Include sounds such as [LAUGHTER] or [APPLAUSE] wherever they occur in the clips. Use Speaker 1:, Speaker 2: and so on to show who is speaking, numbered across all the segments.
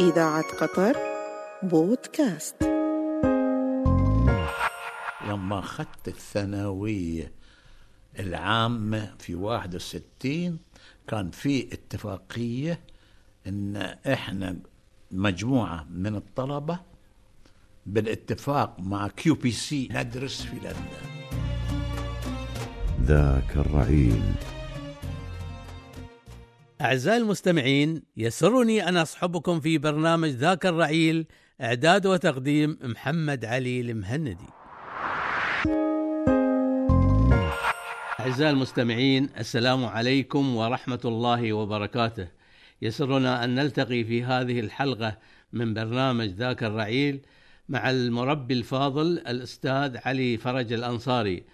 Speaker 1: إذاعة قطر بودكاست
Speaker 2: لما أخذت الثانوية العامة في 61 كان في اتفاقية إن إحنا مجموعة من الطلبة بالاتفاق مع كيو بي سي ندرس في لندن
Speaker 3: ذاك الرعيل
Speaker 4: أعزائي المستمعين يسرني أن أصحبكم في برنامج ذاك الرعيل إعداد وتقديم محمد علي المهندي أعزائي المستمعين السلام عليكم ورحمة الله وبركاته يسرنا أن نلتقي في هذه الحلقة من برنامج ذاك الرعيل مع المربي الفاضل الأستاذ علي فرج الأنصاري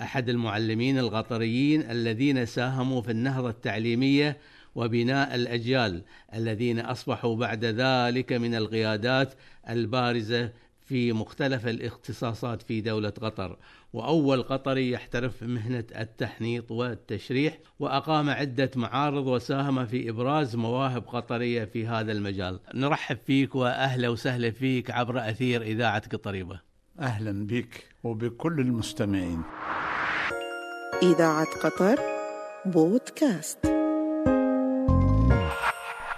Speaker 4: أحد المعلمين القطريين الذين ساهموا في النهضة التعليمية وبناء الاجيال الذين اصبحوا بعد ذلك من القيادات البارزه في مختلف الاختصاصات في دوله قطر واول قطري يحترف مهنه التحنيط والتشريح واقام عده معارض وساهم في ابراز مواهب قطريه في هذا المجال نرحب فيك واهلا وسهلا فيك عبر اثير اذاعه قطريبه
Speaker 2: أهلا بك وبكل المستمعين
Speaker 1: إذاعة قطر بودكاست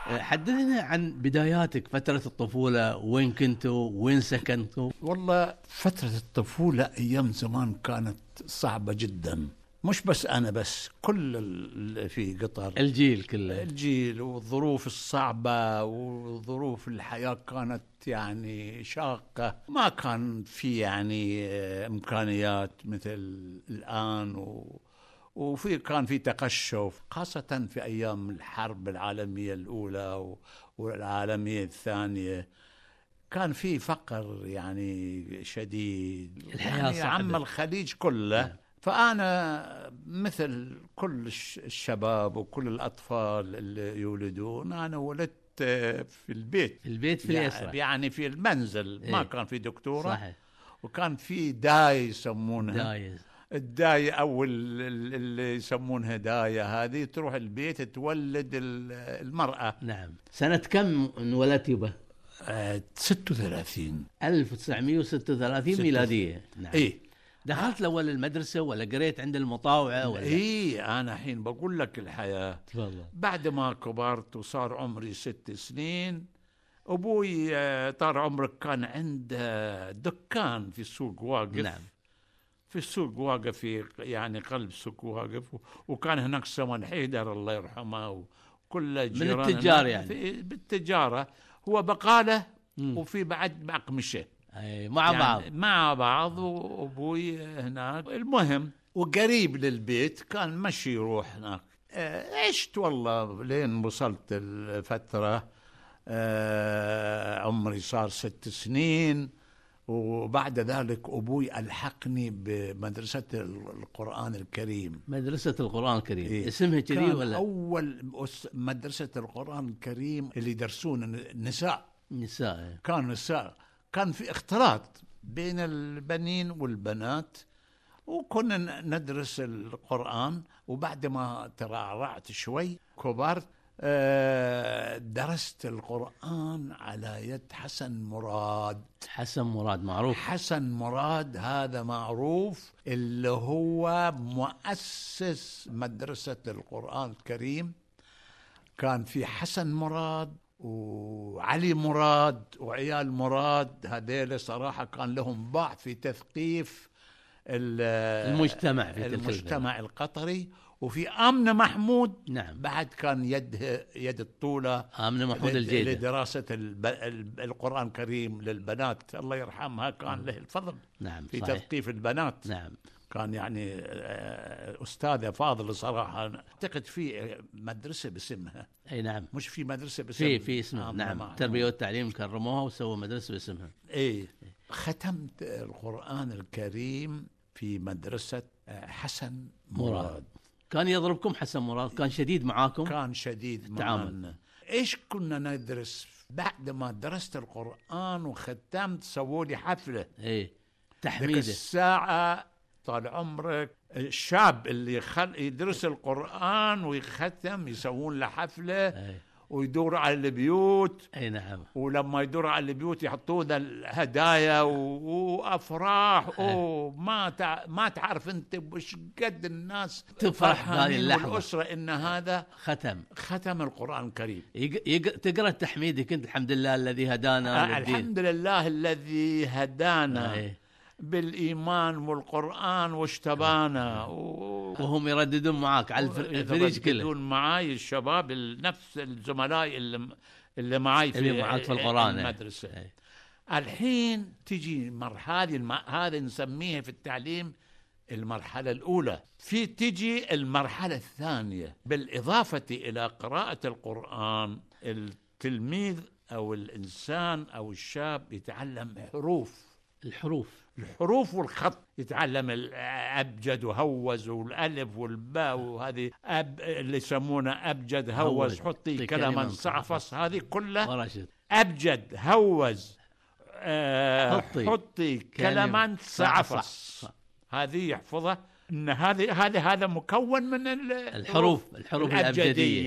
Speaker 4: حدثنا عن بداياتك فتره الطفوله وين كنتوا وين سكنتوا
Speaker 2: والله فترة الطفولة أيام زمان كانت صعبة جدا مش بس أنا بس كل اللي في قطر
Speaker 4: الجيل كله
Speaker 2: الجيل والظروف الصعبة وظروف الحياة كانت يعني شاقة ما كان في يعني آه، إمكانيات مثل الآن و وفي كان في تقشف خاصة في أيام الحرب العالمية الأولى و- والعالمية الثانية كان في فقر يعني شديد
Speaker 4: الحياة
Speaker 2: يعني
Speaker 4: صعبة.
Speaker 2: عم الخليج
Speaker 4: نعم.
Speaker 2: كله فأنا مثل كل الش- الشباب وكل الأطفال اللي يولدون أنا ولدت آه، في البيت
Speaker 4: في البيت في
Speaker 2: يع-
Speaker 4: اليسرى
Speaker 2: يعني في المنزل ما
Speaker 4: إيه.
Speaker 2: كان في دكتورة
Speaker 4: صحيح
Speaker 2: وكان في داي يسمونها
Speaker 4: دايز
Speaker 2: الداية أو ال- ال- اللي يسمونها داية هذه تروح البيت تولد ال- المرأة
Speaker 4: نعم سنة كم انولدت يبا؟
Speaker 2: آه، 36
Speaker 4: 1936 ميلادية نعم
Speaker 2: إيه
Speaker 4: دخلت الأول المدرسة ولا قريت عند المطاوعة ولا
Speaker 2: إيه أنا الحين بقول لك الحياة
Speaker 4: تفضل
Speaker 2: بعد ما كبرت وصار عمري ست سنين أبوي آه، طال عمرك كان عنده دكان في السوق واقف
Speaker 4: نعم
Speaker 2: في السوق واقف في يعني قلب السوق واقف و- وكان هناك سمن حيدر الله يرحمه وكل جيران
Speaker 4: التجار
Speaker 2: هناك
Speaker 4: يعني.
Speaker 2: في- بالتجاره هو بقاله
Speaker 4: مم.
Speaker 2: وفي بعد مقمشه
Speaker 4: أي إيه، مع
Speaker 2: يعني
Speaker 4: بعض
Speaker 2: مع بعض وابوي هناك المهم وقريب للبيت كان مشي يروح هناك آه، عشت والله لين وصلت الفترة آه، عمري صار ست سنين وبعد ذلك أبوي ألحقني بمدرسة القرآن الكريم
Speaker 4: مدرسة القرآن الكريم
Speaker 2: إيه.
Speaker 4: اسمها كذي
Speaker 2: كان
Speaker 4: ولا
Speaker 2: أول أس- مدرسة القرآن الكريم اللي يدرسون النساء
Speaker 4: نساء
Speaker 2: كان السا- كان في اختلاط بين البنين والبنات وكنا ن- ندرس القرآن وبعد ما ترعرعت شوي كبرت آه، درست القرآن على يد حسن مراد
Speaker 4: حسن مراد معروف
Speaker 2: حسن مراد هذا معروف اللي هو مؤسس مدرسة القرآن الكريم كان في حسن مراد وعلي مراد وعيال مراد هذيل صراحة كان لهم باع في تثقيف ال-
Speaker 4: المجتمع في تلك
Speaker 2: المجتمع القطري وفي آمنة محمود
Speaker 4: نعم
Speaker 2: بعد كان يده يد الطولة
Speaker 4: آمنة محمود الجيدة
Speaker 2: لدراسة الب... ال- القرآن الكريم للبنات الله يرحمها كان له الفضل
Speaker 4: نعم
Speaker 2: في
Speaker 4: صحيح
Speaker 2: تثقيف البنات
Speaker 4: نعم
Speaker 2: كان يعني آه، أستاذة فاضل صراحة أنا أعتقد في مدرسة باسمها
Speaker 4: أي نعم
Speaker 2: مش في مدرسة باسمها آه،
Speaker 4: في في اسمها
Speaker 2: آمنة
Speaker 4: نعم
Speaker 2: معنا.
Speaker 4: التربية والتعليم كرموها وسووا مدرسة باسمها
Speaker 2: إيه ختمت القرآن الكريم في مدرسة آه، حسن
Speaker 4: مراد.
Speaker 2: مراد
Speaker 4: كان يضربكم حسن مراد كان شديد معاكم
Speaker 2: كان شديد
Speaker 4: التعامل.
Speaker 2: معنا ايش كنا ندرس بعد ما درست القرآن وختمت سووا لي حفلة
Speaker 4: ايه
Speaker 2: ذيك
Speaker 4: تحميده
Speaker 2: الساعة طال عمرك الشاب اللي خل... يدرس القرآن ويختم يسوون له حفلة
Speaker 4: ايه
Speaker 2: ويدور على البيوت
Speaker 4: اي نعم
Speaker 2: ولما يدور على البيوت يحطوا لنا الهدايا و- وافراح
Speaker 4: أي.
Speaker 2: وما تع... ما تعرف انت وش قد الناس
Speaker 4: تفرح بهذه
Speaker 2: فرحانين
Speaker 4: اللحظة.
Speaker 2: والاسره ان هذا
Speaker 4: ختم
Speaker 2: ختم القران الكريم
Speaker 4: يق... يق... تقرا التحميد كنت الحمد لله الذي هدانا
Speaker 2: آه،
Speaker 4: للدين
Speaker 2: الحمد لله الذي هدانا
Speaker 4: إيه.
Speaker 2: بالايمان والقران واشتبانا و...
Speaker 4: وهم يرددون معاك على الفر... الفريج كله
Speaker 2: يرددون معاي الشباب ال- نفس الزملاء اللي اللي معاي في
Speaker 4: اللي معاك في القران إيه.
Speaker 2: المدرسه
Speaker 4: إيه.
Speaker 2: الحين تجي مرحله الم... هذا نسميها في التعليم المرحلة الأولى في تجي المرحلة الثانية بالإضافة إلى قراءة القرآن التلميذ أو الإنسان أو الشاب يتعلم حروف
Speaker 4: الحروف
Speaker 2: الحروف والخط يتعلم الابجد وهوز والالف والباء وهذه أب اللي يسمونه ابجد
Speaker 4: هوز.
Speaker 2: هوز حطي
Speaker 4: حطي
Speaker 2: كلما
Speaker 4: كلمة
Speaker 2: صعفص هذه كلها
Speaker 4: ورشد
Speaker 2: ابجد هوز آه،
Speaker 4: حطي.
Speaker 2: حطي كلما
Speaker 4: كلمة
Speaker 2: صعفص
Speaker 4: صعفص.
Speaker 2: هذه يحفظها ان هذه هذا هذا مكون من ال-
Speaker 4: الحروف الحروف الابجديه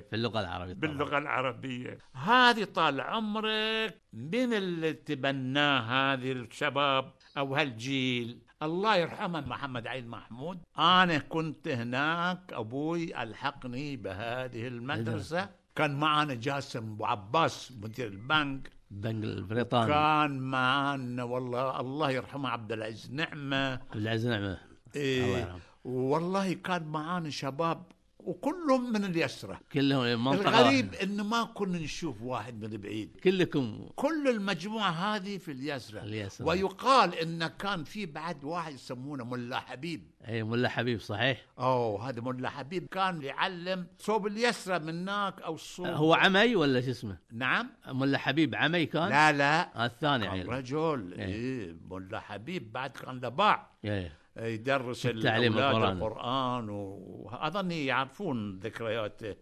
Speaker 4: في اللغه العربيه طبعاً.
Speaker 2: باللغة العربية هذه طال عمرك من اللي تبناه هذه الشباب أو هالجيل الله يرحمه محمد عين محمود أنا كنت هناك أبوي ألحقني بهذه المدرسة كان معنا جاسم أبو عباس مدير البنك
Speaker 4: بنك البريطاني
Speaker 2: كان معنا والله الله يرحمه عبد العزيز نعمه
Speaker 4: عبد العزيز نعمه الله
Speaker 2: إيه
Speaker 4: يرحمه.
Speaker 2: والله كان معانا شباب وكلهم من اليسره
Speaker 4: كلهم المنطقه
Speaker 2: الغريب
Speaker 4: واحدة.
Speaker 2: انه ما كنا نشوف واحد من بعيد
Speaker 4: كلكم
Speaker 2: كل المجموعه هذه في اليسرى
Speaker 4: اليسرى.
Speaker 2: ويقال ان كان في بعد واحد يسمونه ملا حبيب
Speaker 4: اي إيه، ملا حبيب صحيح
Speaker 2: اوه هذا ملا حبيب كان يعلم صوب اليسرى من هناك او الصوب
Speaker 4: هو عمي ولا شو اسمه؟
Speaker 2: نعم
Speaker 4: ملا حبيب عمي كان؟
Speaker 2: لا لا
Speaker 4: آه، الثاني
Speaker 2: كان
Speaker 4: يعني
Speaker 2: رجل
Speaker 4: إيه.
Speaker 2: إيه. ملا حبيب بعد كان لباع
Speaker 4: إيه.
Speaker 2: يدرس
Speaker 4: في التعليم
Speaker 2: الأولاد
Speaker 4: القرآن.
Speaker 2: القرآن وأظني يعرفون ذكرياته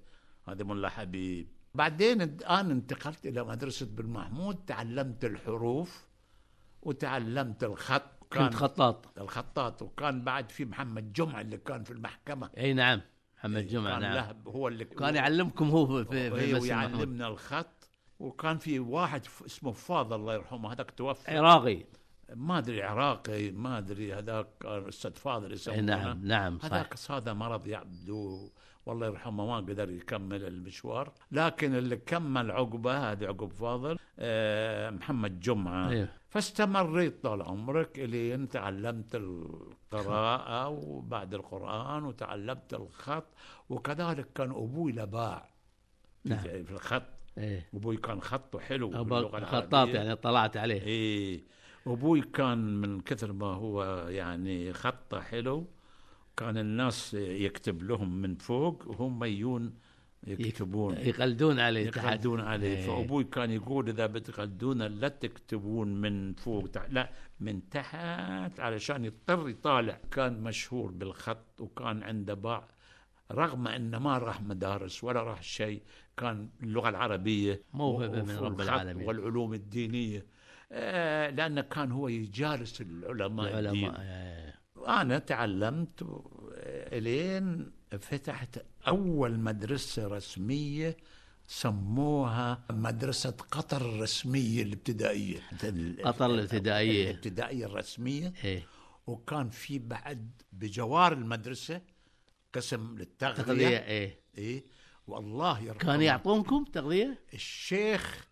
Speaker 2: هذا ملا حبيب بعدين الآن انتقلت إلى مدرسة بن محمود تعلمت الحروف وتعلمت الخط
Speaker 4: كنت خطاط
Speaker 2: الخطاط وكان بعد في محمد جمعة اللي كان في المحكمة
Speaker 4: اي نعم محمد
Speaker 2: كان
Speaker 4: جمعه نعم
Speaker 2: له هو اللي
Speaker 4: كان يعلمكم هو في, في
Speaker 2: إيه،
Speaker 4: مسجد محمود.
Speaker 2: ويعلمنا الخط وكان في واحد ف- اسمه فاضل الله يرحمه هذاك توفى
Speaker 4: عراقي
Speaker 2: ما ادري عراقي ما ادري هذاك استاذ فاضل
Speaker 4: اي
Speaker 2: يسمونه
Speaker 4: نعم نعم صح
Speaker 2: هذاك صادة مرض يعبدو والله يرحمه ما قدر يكمل المشوار لكن اللي كمل عقبه هذا عقب فاضل آه، محمد جمعة
Speaker 4: أيوه.
Speaker 2: فاستمريت طال عمرك إلي أن تعلمت القراءة وبعد القرآن وتعلمت الخط وكذلك كان أبوي لباع
Speaker 4: نعم.
Speaker 2: في في الخط
Speaker 4: ايه
Speaker 2: أبوي كان خطه حلو باللغة
Speaker 4: أبا خطاط
Speaker 2: العربية.
Speaker 4: يعني طلعت عليه
Speaker 2: ايه ابوي كان من كثر ما هو يعني خطه حلو كان الناس يكتب لهم من فوق وهم يجون يكتبون
Speaker 4: يقلدون عليه تحت.
Speaker 2: إيه. يقلدون عليه
Speaker 4: إيه.
Speaker 2: فابوي كان يقول اذا بتقلدون لا تكتبون من فوق تحت لا من تحت علشان يضطر يطالع كان مشهور بالخط وكان عنده باع رغم انه ما راح مدارس ولا راح شيء كان اللغه العربيه
Speaker 4: موهبة من رب
Speaker 2: والخط
Speaker 4: العالمين.
Speaker 2: والعلوم الدينيه آه، لانه كان هو يجالس العلماء, الدين.
Speaker 4: العلماء إيه.
Speaker 2: أنا تعلمت و- إلين فتحت أول مدرسة رسمية سموها مدرسة قطر الرسمية الابتدائية
Speaker 4: قطر الابتدائية.
Speaker 2: الابتدائية الرسمية
Speaker 4: إيه.
Speaker 2: وكان في بعد بجوار المدرسة قسم
Speaker 4: تغذية
Speaker 2: للتغذية
Speaker 4: ايه
Speaker 2: إيه والله يرحمه
Speaker 4: كان يعطونكم تغذية؟
Speaker 2: الشيخ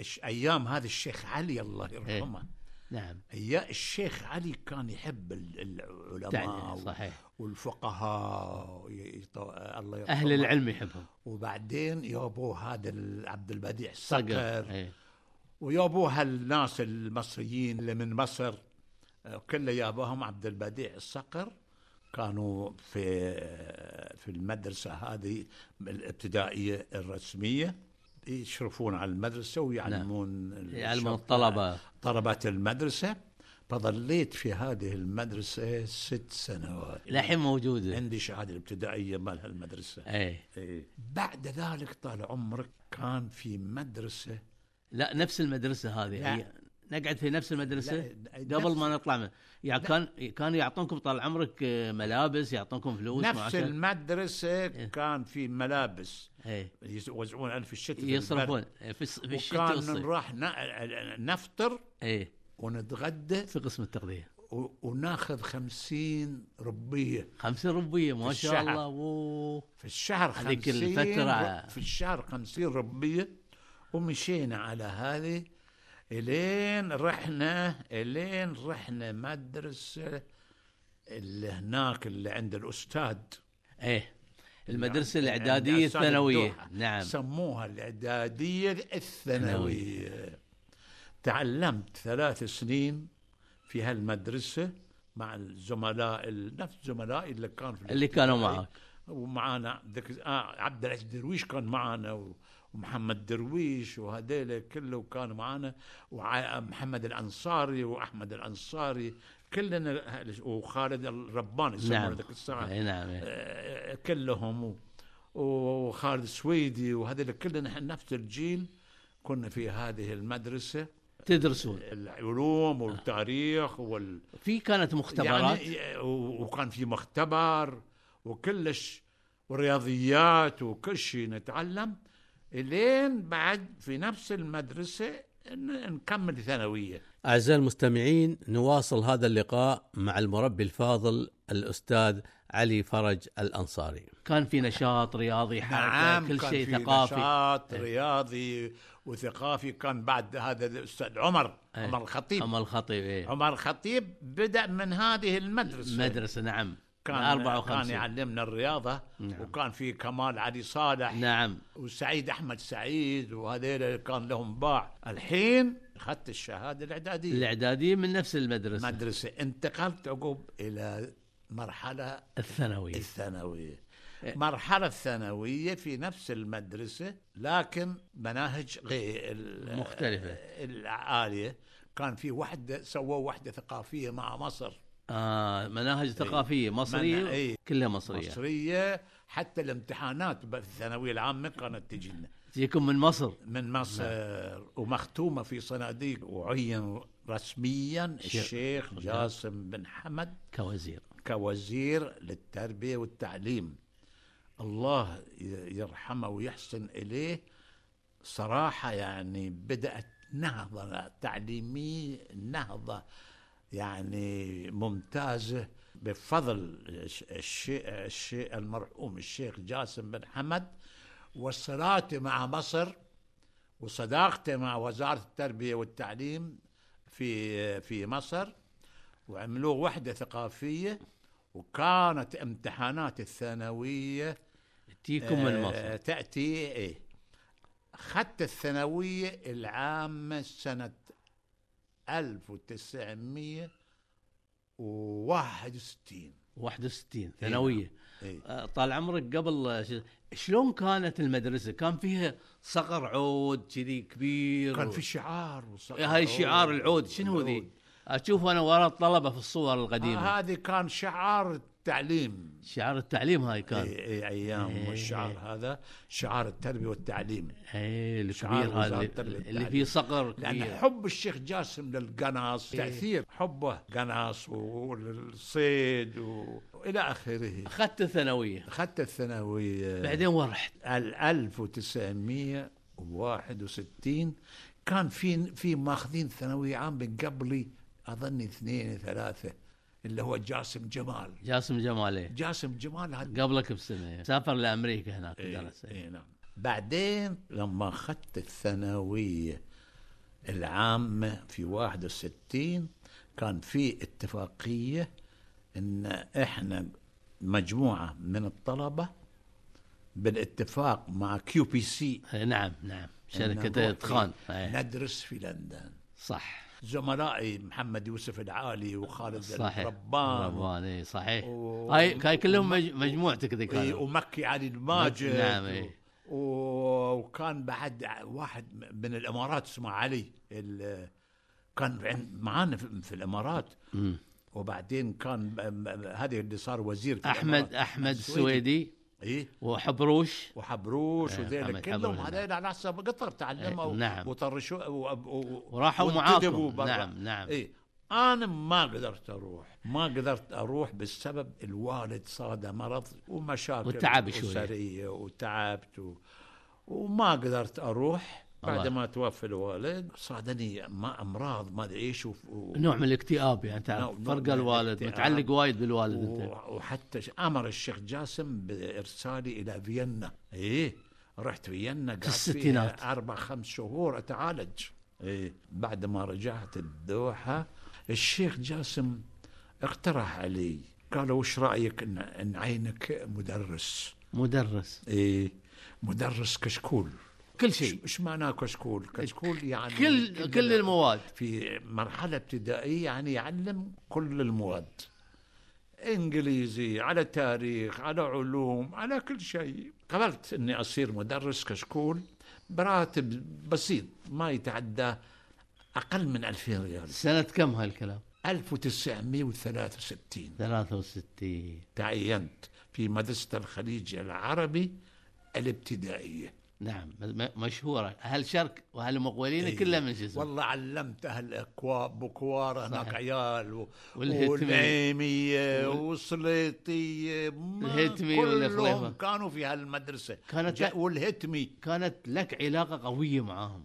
Speaker 2: الش- أيام هذا الشيخ علي الله
Speaker 4: إيه.
Speaker 2: يرحمه
Speaker 4: نعم
Speaker 2: يا الشيخ علي كان يحب ال- العلماء
Speaker 4: تعني- صحيح
Speaker 2: والفقهاء ي- يط- الله يرحمه
Speaker 4: أهل العلم يحبهم
Speaker 2: وبعدين يابو هذا ال- عبد البديع
Speaker 4: صقر
Speaker 2: الصقر
Speaker 4: إيه.
Speaker 2: ويابو هالناس المصريين اللي من مصر آه، كله يابوهم عبد البديع الصقر كانوا في آه، في المدرسه هذه الابتدائيه الرسميه يشرفون على المدرسه ويعلمون
Speaker 4: نعم. يعلمون
Speaker 2: الشباب.
Speaker 4: الطلبة
Speaker 2: طلبة المدرسة فظليت في هذه المدرسة ست سنوات
Speaker 4: للحين موجودة
Speaker 2: عندي شهادة ابتدائية مال هالمدرسة
Speaker 4: ايه
Speaker 2: إيه. بعد ذلك طال عمرك كان في مدرسة
Speaker 4: لا نفس المدرسة هذه
Speaker 2: لا.
Speaker 4: هي نقعد في نفس المدرسه
Speaker 2: لا،
Speaker 4: قبل ما نطلع من يعني كان كان يعطونكم طال عمرك آه، ملابس يعطونكم فلوس
Speaker 2: نفس
Speaker 4: معاشر.
Speaker 2: المدرسه كان في ملابس
Speaker 4: إيه.
Speaker 2: يوزعون علينا في الشتاء في
Speaker 4: يصرفون إيه، في الص- في الشتاء
Speaker 2: وكان
Speaker 4: والصيف
Speaker 2: نروح ن- نفطر
Speaker 4: ايه
Speaker 2: ونتغدى
Speaker 4: في قسم التغذيه
Speaker 2: و- وناخذ خمسين ربية
Speaker 4: 50 روبيه ما
Speaker 2: في
Speaker 4: شاء
Speaker 2: الشهر.
Speaker 4: الله أوه.
Speaker 2: في الشهر
Speaker 4: هذيك
Speaker 2: خمسين
Speaker 4: الفترة.
Speaker 2: ر- في الشهر خمسين ربية ومشينا على هذه الين رحنا الين رحنا مدرسة اللي هناك اللي عند الأستاذ
Speaker 4: ايه المدرسه
Speaker 2: عند
Speaker 4: الاعداديه
Speaker 2: أستاذ
Speaker 4: الثانويه
Speaker 2: نعم. الدوحة.
Speaker 4: نعم
Speaker 2: سموها الإعدادية الثانوية تعلمت ثلاث سنين في هالمدرسة مع الزملاء ال- نفس زملائي اللي كان في
Speaker 4: اللي كانوا معك
Speaker 2: ومعانا ذك... آه عبد العزيز درويش كان معانا و... ومحمد درويش وهذيلا كله كانوا معانا ومحمد الانصاري واحمد الانصاري كلنا وخالد الرباني
Speaker 4: نعم
Speaker 2: يسمونه ذيك الساعه
Speaker 4: اي نعم إيه.
Speaker 2: آه، كلهم و- وخالد سويدي وهذول كلنا نحن نفس الجيل كنا في هذه المدرسة
Speaker 4: تدرسون
Speaker 2: العلوم والتاريخ وال
Speaker 4: في كانت مختبرات
Speaker 2: يعني و- وكان في مختبر وكلش ورياضيات وكل شيء نتعلم الين بعد في نفس المدرسة ن- نكمل ثانوية
Speaker 3: أعزائي المستمعين نواصل هذا اللقاء مع المربي الفاضل الأستاذ علي فرج الأنصاري
Speaker 4: كان في نشاط رياضي حركه كل
Speaker 2: نعم، كان
Speaker 4: شيء
Speaker 2: في
Speaker 4: ثقافي إيه.
Speaker 2: نشاط رياضي وثقافي كان بعد هذا الأستاذ عمر
Speaker 4: إيه.
Speaker 2: عمر الخطيب
Speaker 4: اما الخطيب ايه
Speaker 2: عمر خطيب بدأ من هذه المدرسة
Speaker 4: مدرسه نعم
Speaker 2: كان
Speaker 4: 54
Speaker 2: كان يعني يعلمنا الرياضة نعم. وكان في كمال علي صالح نعم.
Speaker 4: نعم
Speaker 2: وسعيد أحمد سعيد وهذيل كان لهم باع الحين أخذت الشهادة الإعدادية
Speaker 4: الاعداديه من نفس المدرسه
Speaker 2: إيه. مدرسة انتقلت عقب إلى مرحلة
Speaker 4: الثانويه
Speaker 2: إيه. الثانوية مرحلة الثانوية في نفس المدرسة لكن مناهج غير ال-
Speaker 4: مختلفة.
Speaker 2: العالية كان في وحدة سووا وحدة ثقافية مع مصر
Speaker 4: آه مناهج ثقافيه مصريه
Speaker 2: من- إيه.
Speaker 4: كلها مصريه
Speaker 2: مصرية حتى الامتحانات ب- في الثانوية العامة كانت تجي لنا
Speaker 4: تجيكم من مصر
Speaker 2: من مصر ومختومة في صناديق وعين رسميا
Speaker 4: شيخ.
Speaker 2: الشيخ جاسم بن حمد
Speaker 4: كوزير
Speaker 2: كوزير للتربية والتعليم الله ي- يرحمه ويحسن إليه صراحة يعني بدأت نهضة تعليمية نهضة يعني ممتازة بفضل الش- الشيء الشيء المرحوم الشيخ جاسم بن حمد وصلاته مع مصر وصداقته مع وزارة التربية والتعليم في في مصر وعملوه وحدة ثقافية وكانت امتحانات الثانوية
Speaker 4: تجيكم من
Speaker 2: آه،
Speaker 4: مصر
Speaker 2: تأتي إيه أخذت الثانوية العامة سنة 1961
Speaker 4: 61 ثانويه
Speaker 2: إيه.
Speaker 4: آه، طال عمرك قبل آه، شو- شلون كانت المدرسه؟ كان فيها صقر عود كذي كبير
Speaker 2: كان
Speaker 4: و-
Speaker 2: في شعار وصقر
Speaker 4: إيه، هاي شعار
Speaker 2: عود.
Speaker 4: العود شنو ذي؟
Speaker 2: العود.
Speaker 4: اشوف انا وراء الطلبه في الصور القديمه
Speaker 2: آه، هذه كان شعار التعليم
Speaker 4: شعار التعليم هاي كان
Speaker 2: إيه إيه ايام والشعار هذا شعار التربيه والتعليم
Speaker 4: اي
Speaker 2: شعار
Speaker 4: الكبير
Speaker 2: وزارة
Speaker 4: هذا
Speaker 2: التربية
Speaker 4: اللي
Speaker 2: والتعليم.
Speaker 4: فيه صقر
Speaker 2: لان
Speaker 4: كبير
Speaker 2: حب الشيخ جاسم للقناص تاثير حبه قناص والصيد و- والى اخره
Speaker 4: اخذت الثانويه
Speaker 2: اخذت الثانويه
Speaker 4: بعدين وين رحت؟
Speaker 2: ال 1961 كان في في ماخذين ثانويه عام من قبلي اظن اثنين ثلاثه اللي هو جاسم جمال
Speaker 4: جاسم جمالي
Speaker 2: جاسم جمال هذا
Speaker 4: قبلك بسنه سافر لامريكا هناك درس
Speaker 2: درس اي نعم بعدين لما اخذت الثانويه العامه في 61 كان في اتفاقيه ان احنا مجموعه من الطلبه بالاتفاق مع كيو بي سي
Speaker 4: إيه، نعم نعم شركه اتقان إيه،
Speaker 2: ندرس في لندن
Speaker 4: صح
Speaker 2: زملائي محمد يوسف العالي وخالد
Speaker 4: صحيح
Speaker 2: الربان و-
Speaker 4: ربان اي صحيح
Speaker 2: و-
Speaker 4: هاي كان كلهم مج- مجموعتك ذي
Speaker 2: إيه،
Speaker 4: كانوا
Speaker 2: ومكي علي الماجد
Speaker 4: نعم،
Speaker 2: و-
Speaker 4: إيه.
Speaker 2: و- وكان بعد واحد من الامارات اسمه علي ال- كان عن- معانا في في الامارات وبعدين كان ب- ب- هذه اللي صار وزير في
Speaker 4: احمد
Speaker 2: الإمارات.
Speaker 4: احمد
Speaker 2: السويدي.
Speaker 4: السويدي
Speaker 2: ايه
Speaker 4: وحبروش
Speaker 2: وحبروش
Speaker 4: إيه،
Speaker 2: وذيلا
Speaker 4: محمد
Speaker 2: كلهم
Speaker 4: حبروش، نعم.
Speaker 2: هذول على حسب قطر تعلموا
Speaker 4: إيه، نعم.
Speaker 2: وطرشوا و- و-
Speaker 4: وراحوا
Speaker 2: وانتدبوا
Speaker 4: معاكم.
Speaker 2: برا.
Speaker 4: نعم، نعم.
Speaker 2: ايه انا ما قدرت اروح ما قدرت اروح بسبب الوالد صاده مرض ومشاكل
Speaker 4: والتعب شوية.
Speaker 2: اسريه وتعبت و... وما قدرت اروح بعد
Speaker 4: الله.
Speaker 2: ما توفى الوالد صادني ما امراض ما ادري ايش وف- و...
Speaker 4: نوع من الاكتئاب يعني تعرف
Speaker 2: نوع- نوع
Speaker 4: فرق
Speaker 2: من
Speaker 4: الوالد
Speaker 2: الاكتئاب.
Speaker 4: متعلق وايد بالوالد انت
Speaker 2: و- وحتى ش- امر الشيخ جاسم بارسالي الى فيينا ايه رحت فيينا قعدت
Speaker 4: الستينات.
Speaker 2: فيها اربع خمس شهور اتعالج ايه بعد ما رجعت الدوحه الشيخ جاسم اقترح علي قال وش رايك ان نعينك مدرس
Speaker 4: مدرس
Speaker 2: ايه مدرس كشكول
Speaker 4: كل شيء
Speaker 2: ايش معناه كشكول؟ كشكول يعني
Speaker 4: إيه. كل كل المواد
Speaker 2: في مرحلة ابتدائية يعني يعلم كل المواد انجليزي على تاريخ على علوم على كل شيء قبلت اني اصير مدرس كشكول براتب بسيط ما يتعدى اقل من 2000 ريال
Speaker 4: سنة كم هالكلام؟
Speaker 2: 1963
Speaker 4: 63
Speaker 2: تعينت في مدرسة الخليج العربي الابتدائية
Speaker 4: نعم م- مشهورة أهل شرك وأهل مقولين
Speaker 2: إيه.
Speaker 4: كلها من جزم
Speaker 2: والله علمت اهل اكواب بكوار هناك
Speaker 4: صحيح.
Speaker 2: عيال و...
Speaker 4: والهتمية.
Speaker 2: والنعيميه
Speaker 4: وال-
Speaker 2: والسليطيه ما
Speaker 4: الهتمي والخليفة.
Speaker 2: كلهم كانوا في هالمدرسه
Speaker 4: كانت-
Speaker 2: جاء- والهتمي
Speaker 4: كانت لك علاقة قوية معاهم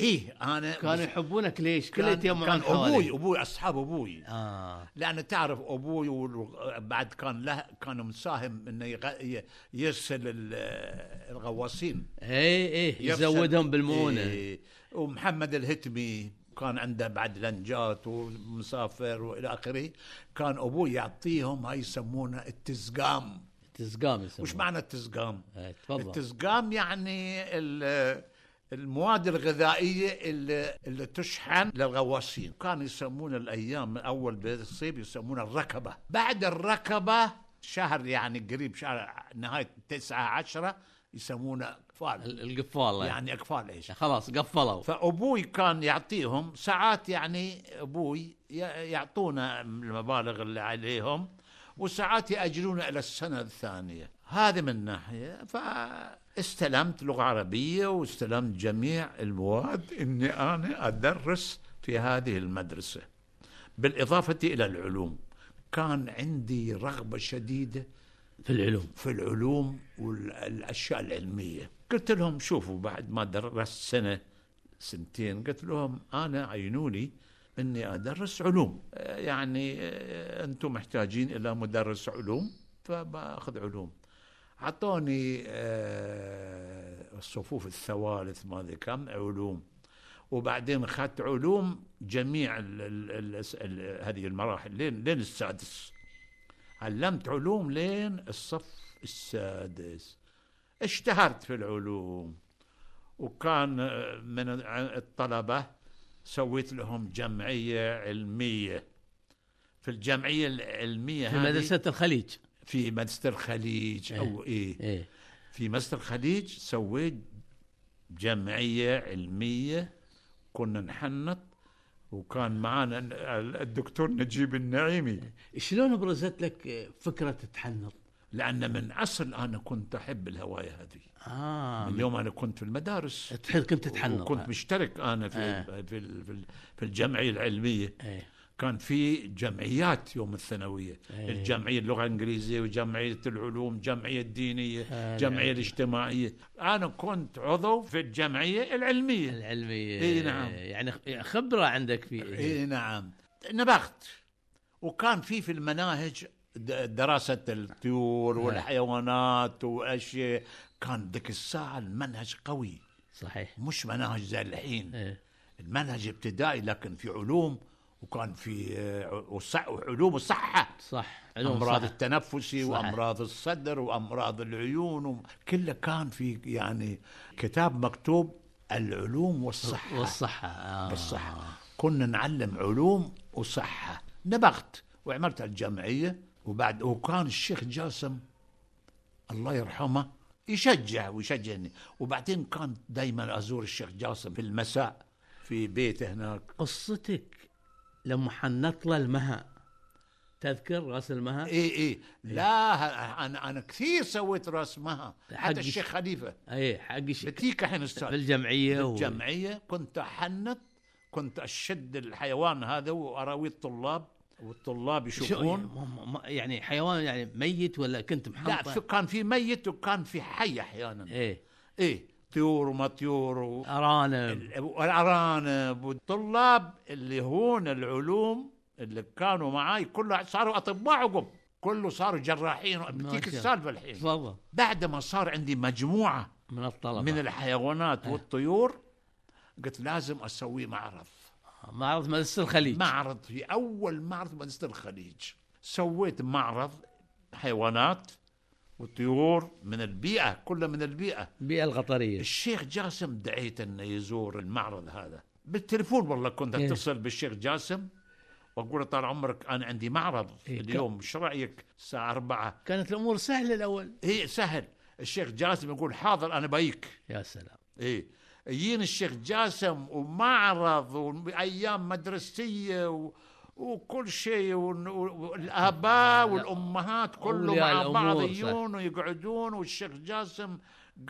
Speaker 2: ايه انا
Speaker 4: كانوا
Speaker 2: كان-
Speaker 4: يحبونك ليش؟ كل يتجمعون
Speaker 2: كان ابوي
Speaker 4: حواليك
Speaker 2: ابوي اصحاب ابوي
Speaker 4: آه
Speaker 2: لان تعرف ابوي وال- بعد كان له كان مساهم انه يغ- ي- يرسل ال- الغواصين
Speaker 4: إيه إيه
Speaker 2: يفسد.
Speaker 4: يزودهم بالمؤونة
Speaker 2: إيه. ومحمد الهتمي كان عنده بعد لنجات ومسافر والى اخره كان ابوي يعطيهم هاي يسمونه التزقام
Speaker 4: تسقام
Speaker 2: وش
Speaker 4: يسمونه
Speaker 2: معنى التزقام
Speaker 4: إيه، تفضل
Speaker 2: التزقام يعني ال- المواد الغذائية اللي, اللي تشحن للغواصين كانوا يسمون الأيام أول بالصيف يسمونها الركبة بعد الركبة شهر يعني قريب شهر نهاية تسعة عشرة يسمونه فال
Speaker 4: ال- القفال يعني
Speaker 2: يعني اقفال ايش
Speaker 4: خلاص قفلوا
Speaker 2: فابوي كان يعطيهم ساعات يعني ابوي ي- يعطونا المبالغ اللي عليهم وساعات ياجلون الى السنه الثانيه هذا من ناحيه فاستلمت لغه عربيه واستلمت جميع المواد اني انا ادرس في هذه المدرسه بالاضافه الى العلوم كان عندي رغبه شديده
Speaker 4: في العلوم
Speaker 2: في العلوم والاشياء العلميه قلت لهم شوفوا بعد ما درست سنه سنتين قلت لهم انا عينوني اني ادرس علوم آه، يعني آه، انتم محتاجين الى مدرس علوم فباخذ علوم اعطوني آه، الصفوف الثوالث ما ادري كم علوم وبعدين اخذت علوم جميع ال ال ال هذه المراحل لين لين السادس علمت علوم لين الصف السادس اشتهرت في العلوم وكان آه، من الطلبة سويت لهم جمعية علمية في الجمعية العلمية
Speaker 4: في
Speaker 2: هذه
Speaker 4: مدرسة الخليج
Speaker 2: في مدرسة الخليج أو إيه
Speaker 4: إيه
Speaker 2: في مدرسة الخليج سويت جمعية علمية كنا نحنط وكان معانا الدكتور نجيب النعيمي
Speaker 4: شلون برزت لك فكرة تتحنط؟
Speaker 2: لأن من أصل أنا كنت أحب الهواية هذه
Speaker 4: آه
Speaker 2: اليوم أنا كنت في المدارس
Speaker 4: تحن كنت تتحنط
Speaker 2: وكنت مشترك أنا في
Speaker 4: آه.
Speaker 2: في ال- في ال- في الجمعية العلمية
Speaker 4: إيه
Speaker 2: كان في جمعيات يوم الثانوية
Speaker 4: إيه.
Speaker 2: الجمعية اللغة الإنجليزية وجمعية العلوم جمعية الدينية
Speaker 4: آه،
Speaker 2: الجمعية
Speaker 4: نعم.
Speaker 2: الاجتماعية أنا كنت عضو في الجمعية العلمية
Speaker 4: العلمية
Speaker 2: إي نعم.
Speaker 4: يعني خبرة عندك في
Speaker 2: إيه نعم نبغت وكان في في المناهج د- دراسة
Speaker 4: آه.
Speaker 2: الطيور والحيوانات وأشياء كان ذيك الساعة المنهج قوي
Speaker 4: صحيح
Speaker 2: مش مناهج زي الحين
Speaker 4: إيه.
Speaker 2: المنهج ابتدائي لكن في علوم وكان في آه، وص- وعلوم الصحه
Speaker 4: صح
Speaker 2: امراض
Speaker 4: أه، صح.
Speaker 2: التنفسي
Speaker 4: صحيح.
Speaker 2: وامراض الصدر وامراض العيون و... كله كان في يعني كتاب مكتوب العلوم والصحه
Speaker 4: والصحة آه.
Speaker 2: والصحه كنا نعلم علوم وصحه نبغت وعملت الجمعيه وبعد وكان الشيخ جاسم الله يرحمه يشجع ويشجعني وبعدين كان دائما ازور الشيخ جاسم في المساء في بيته هناك
Speaker 4: قصتك لما حنط له المها تذكر راس المها
Speaker 2: اي اي إيه، لا ه- انا انا كثير سويت راس مها
Speaker 4: حق-
Speaker 2: حتى الشيخ خليفه
Speaker 4: اي إيه، حق الش-
Speaker 2: بتيك الحين
Speaker 4: في
Speaker 2: استاذ
Speaker 4: الجمعيه و-
Speaker 2: الجمعيه كنت احنط كنت اشد الحيوان هذا واراوي الطلاب والطلاب
Speaker 4: شو-
Speaker 2: يشوفون
Speaker 4: ما- ما- ما- يعني حيوان يعني ميت ولا كنت
Speaker 2: لا
Speaker 4: محنطه
Speaker 2: في كان في ميت وكان في حي احيانا
Speaker 4: ايه
Speaker 2: ايه طيور وما طيور و...
Speaker 4: آه. ارانب
Speaker 2: والارانب والطلاب اللي هون العلوم اللي كانوا معاي كله صاروا اطباء عقب كله صاروا جراحين بتيك
Speaker 4: شاء الله.
Speaker 2: السالفه الحين
Speaker 4: تفضل
Speaker 2: بعد ما صار عندي مجموعه
Speaker 4: من الطلبه
Speaker 2: من الحيوانات
Speaker 4: آه.
Speaker 2: والطيور قلت لازم اسوي معرض
Speaker 4: معرض مدرسه الخليج
Speaker 2: معرض في اول معرض مدرسه الخليج سويت معرض حيوانات وطيور من البيئه كلها من البيئه
Speaker 4: البيئه القطريه
Speaker 2: الشيخ جاسم دعيت انه يزور المعرض هذا بالتليفون والله كنت
Speaker 4: إيه.
Speaker 2: اتصل بالشيخ جاسم واقول له طال عمرك انا عندي معرض
Speaker 4: إيه،
Speaker 2: اليوم ايش رايك الساعه 4
Speaker 4: كانت الامور سهله الاول
Speaker 2: اي إيه، سهل الشيخ جاسم يقول حاضر انا بايك
Speaker 4: يا سلام
Speaker 2: اي إيه. يجيني الشيخ جاسم ومعرض وايام مدرسيه و... وكل شيء ون- و- والاباء والامهات كلهم
Speaker 4: أولياء
Speaker 2: مع بعض
Speaker 4: الأمور، صح.
Speaker 2: يجون ويقعدون والشيخ جاسم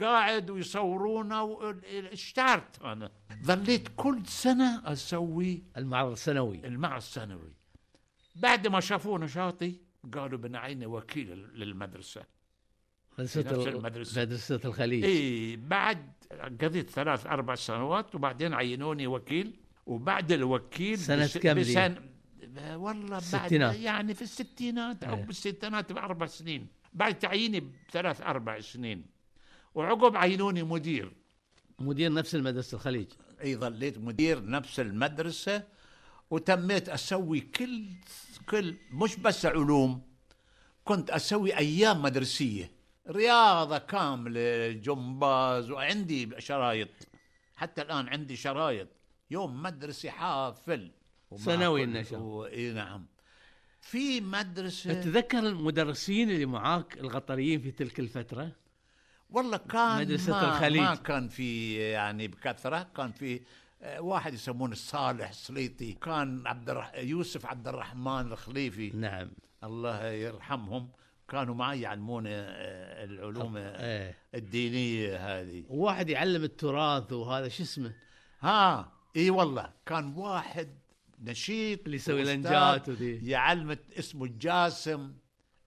Speaker 2: قاعد ويصورونا و- اشتعرت انا ظليت كل سنه اسوي
Speaker 4: المعرض السنوي
Speaker 2: المعرض السنوي بعد ما شافوه نشاطي قالوا بنعيني وكيل للمدرسه
Speaker 4: مدرسه
Speaker 2: في نفس
Speaker 4: ال-
Speaker 2: المدرسة. إيه.
Speaker 4: مدرسه الخليج
Speaker 2: اي بعد قضيت ثلاث اربع سنوات وبعدين عينوني وكيل وبعد الوكيل
Speaker 4: سنة كم دي؟
Speaker 2: والله بعد
Speaker 4: الستينات.
Speaker 2: يعني في الستينات او
Speaker 4: إيه.
Speaker 2: بالستينات باربع سنين بعد تعييني بثلاث اربع سنين وعقب عينوني مدير
Speaker 4: مدير نفس المدرسه الخليج
Speaker 2: اي ظليت مدير نفس المدرسه وتميت اسوي كل كل مش بس علوم كنت اسوي ايام مدرسيه رياضه كامله جمباز وعندي شرايط حتى الان عندي شرايط يوم مدرسي حافل ومع
Speaker 4: سنوي
Speaker 2: كل-
Speaker 4: النشاط.
Speaker 2: و- اي نعم في مدرسه
Speaker 4: تتذكر المدرسين اللي معاك القطريين في تلك الفتره
Speaker 2: والله كان
Speaker 4: مدرسة
Speaker 2: ما
Speaker 4: الخليج.
Speaker 2: ما كان في يعني بكثرة كان في آه، واحد يسمونه صالح سليطي كان عبد الرح... يوسف عبد الرحمن الخليفي
Speaker 4: نعم
Speaker 2: الله يرحمهم كانوا معي يعلمون العلوم آه،
Speaker 4: ايه
Speaker 2: الدينية هذه
Speaker 4: واحد يعلم التراث وهذا شو اسمه
Speaker 2: ها اي والله كان واحد نشيط
Speaker 4: اللي يسوي
Speaker 2: وأستاذ
Speaker 4: لنجات وذي.
Speaker 2: يعلم اسمه جاسم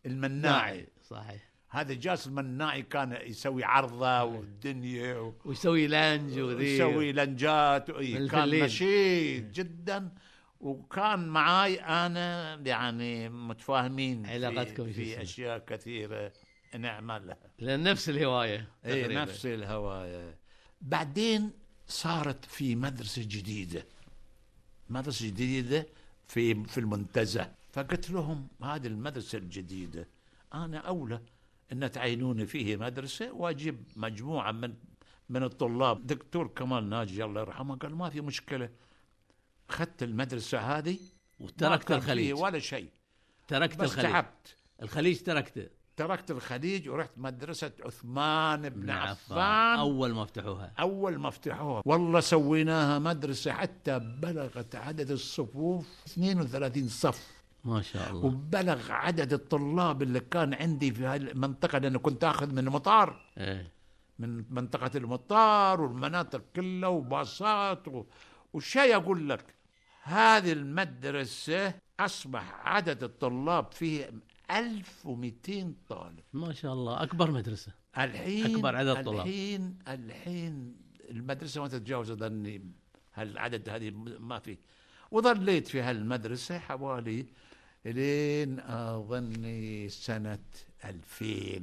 Speaker 2: المناعي
Speaker 4: صحيح
Speaker 2: هذا جاسم المناعي كان يسوي عرضه والدنيا و...
Speaker 4: ويسوي لانج وذي
Speaker 2: يسوي لنجات
Speaker 4: من
Speaker 2: إيه، كان
Speaker 4: الفلين.
Speaker 2: نشيط جدا وكان معاي انا يعني متفاهمين في-
Speaker 4: علاقتكم شو اسمه؟
Speaker 2: في اشياء كثيره نعملها
Speaker 4: لان نفس الهوايه
Speaker 2: اي
Speaker 4: تقريباً.
Speaker 2: إيه، نفس الهوايه بعدين صارت في مدرسه جديده مدرسه جديده في في المنتزه فقلت لهم هذه المدرسه الجديده انا اولى ان تعينوني فيه مدرسه واجيب مجموعه من من الطلاب دكتور كمال ناجي الله يرحمه قال ما في مشكله اخذت المدرسه هذه ما
Speaker 4: وتركت
Speaker 2: كان فيه
Speaker 4: الخليج
Speaker 2: ولا شيء
Speaker 4: تركت
Speaker 2: بس
Speaker 4: الخليج
Speaker 2: تعبت نعم.
Speaker 4: الخليج تركته
Speaker 2: تركت الخليج ورحت مدرسه عثمان بن
Speaker 4: بن
Speaker 2: عفان
Speaker 4: اول نعم. ما فتحوها
Speaker 2: اول ما فتحوها والله سويناها مدرسه حتى بلغت عدد الصفوف 32 صف
Speaker 4: ما شاء الله
Speaker 2: وبلغ عدد الطلاب اللي كان عندي في هاي المنطقه لان كنت اخذ من المطار
Speaker 4: ايه
Speaker 2: من منطقه المطار والمناطق كلها وباصات و... وشي اقول لك هذه المدرسه اصبح عدد الطلاب فيها 1200 طالب
Speaker 4: ما شاء الله اكبر مدرسه
Speaker 2: الحين
Speaker 4: أكبر عدد طلاب.
Speaker 2: الحين الحين المدرسه ما تتجاوز اظني هالعدد هذه ما في وظليت في هالمدرسه حوالي لين اظني سنه 2000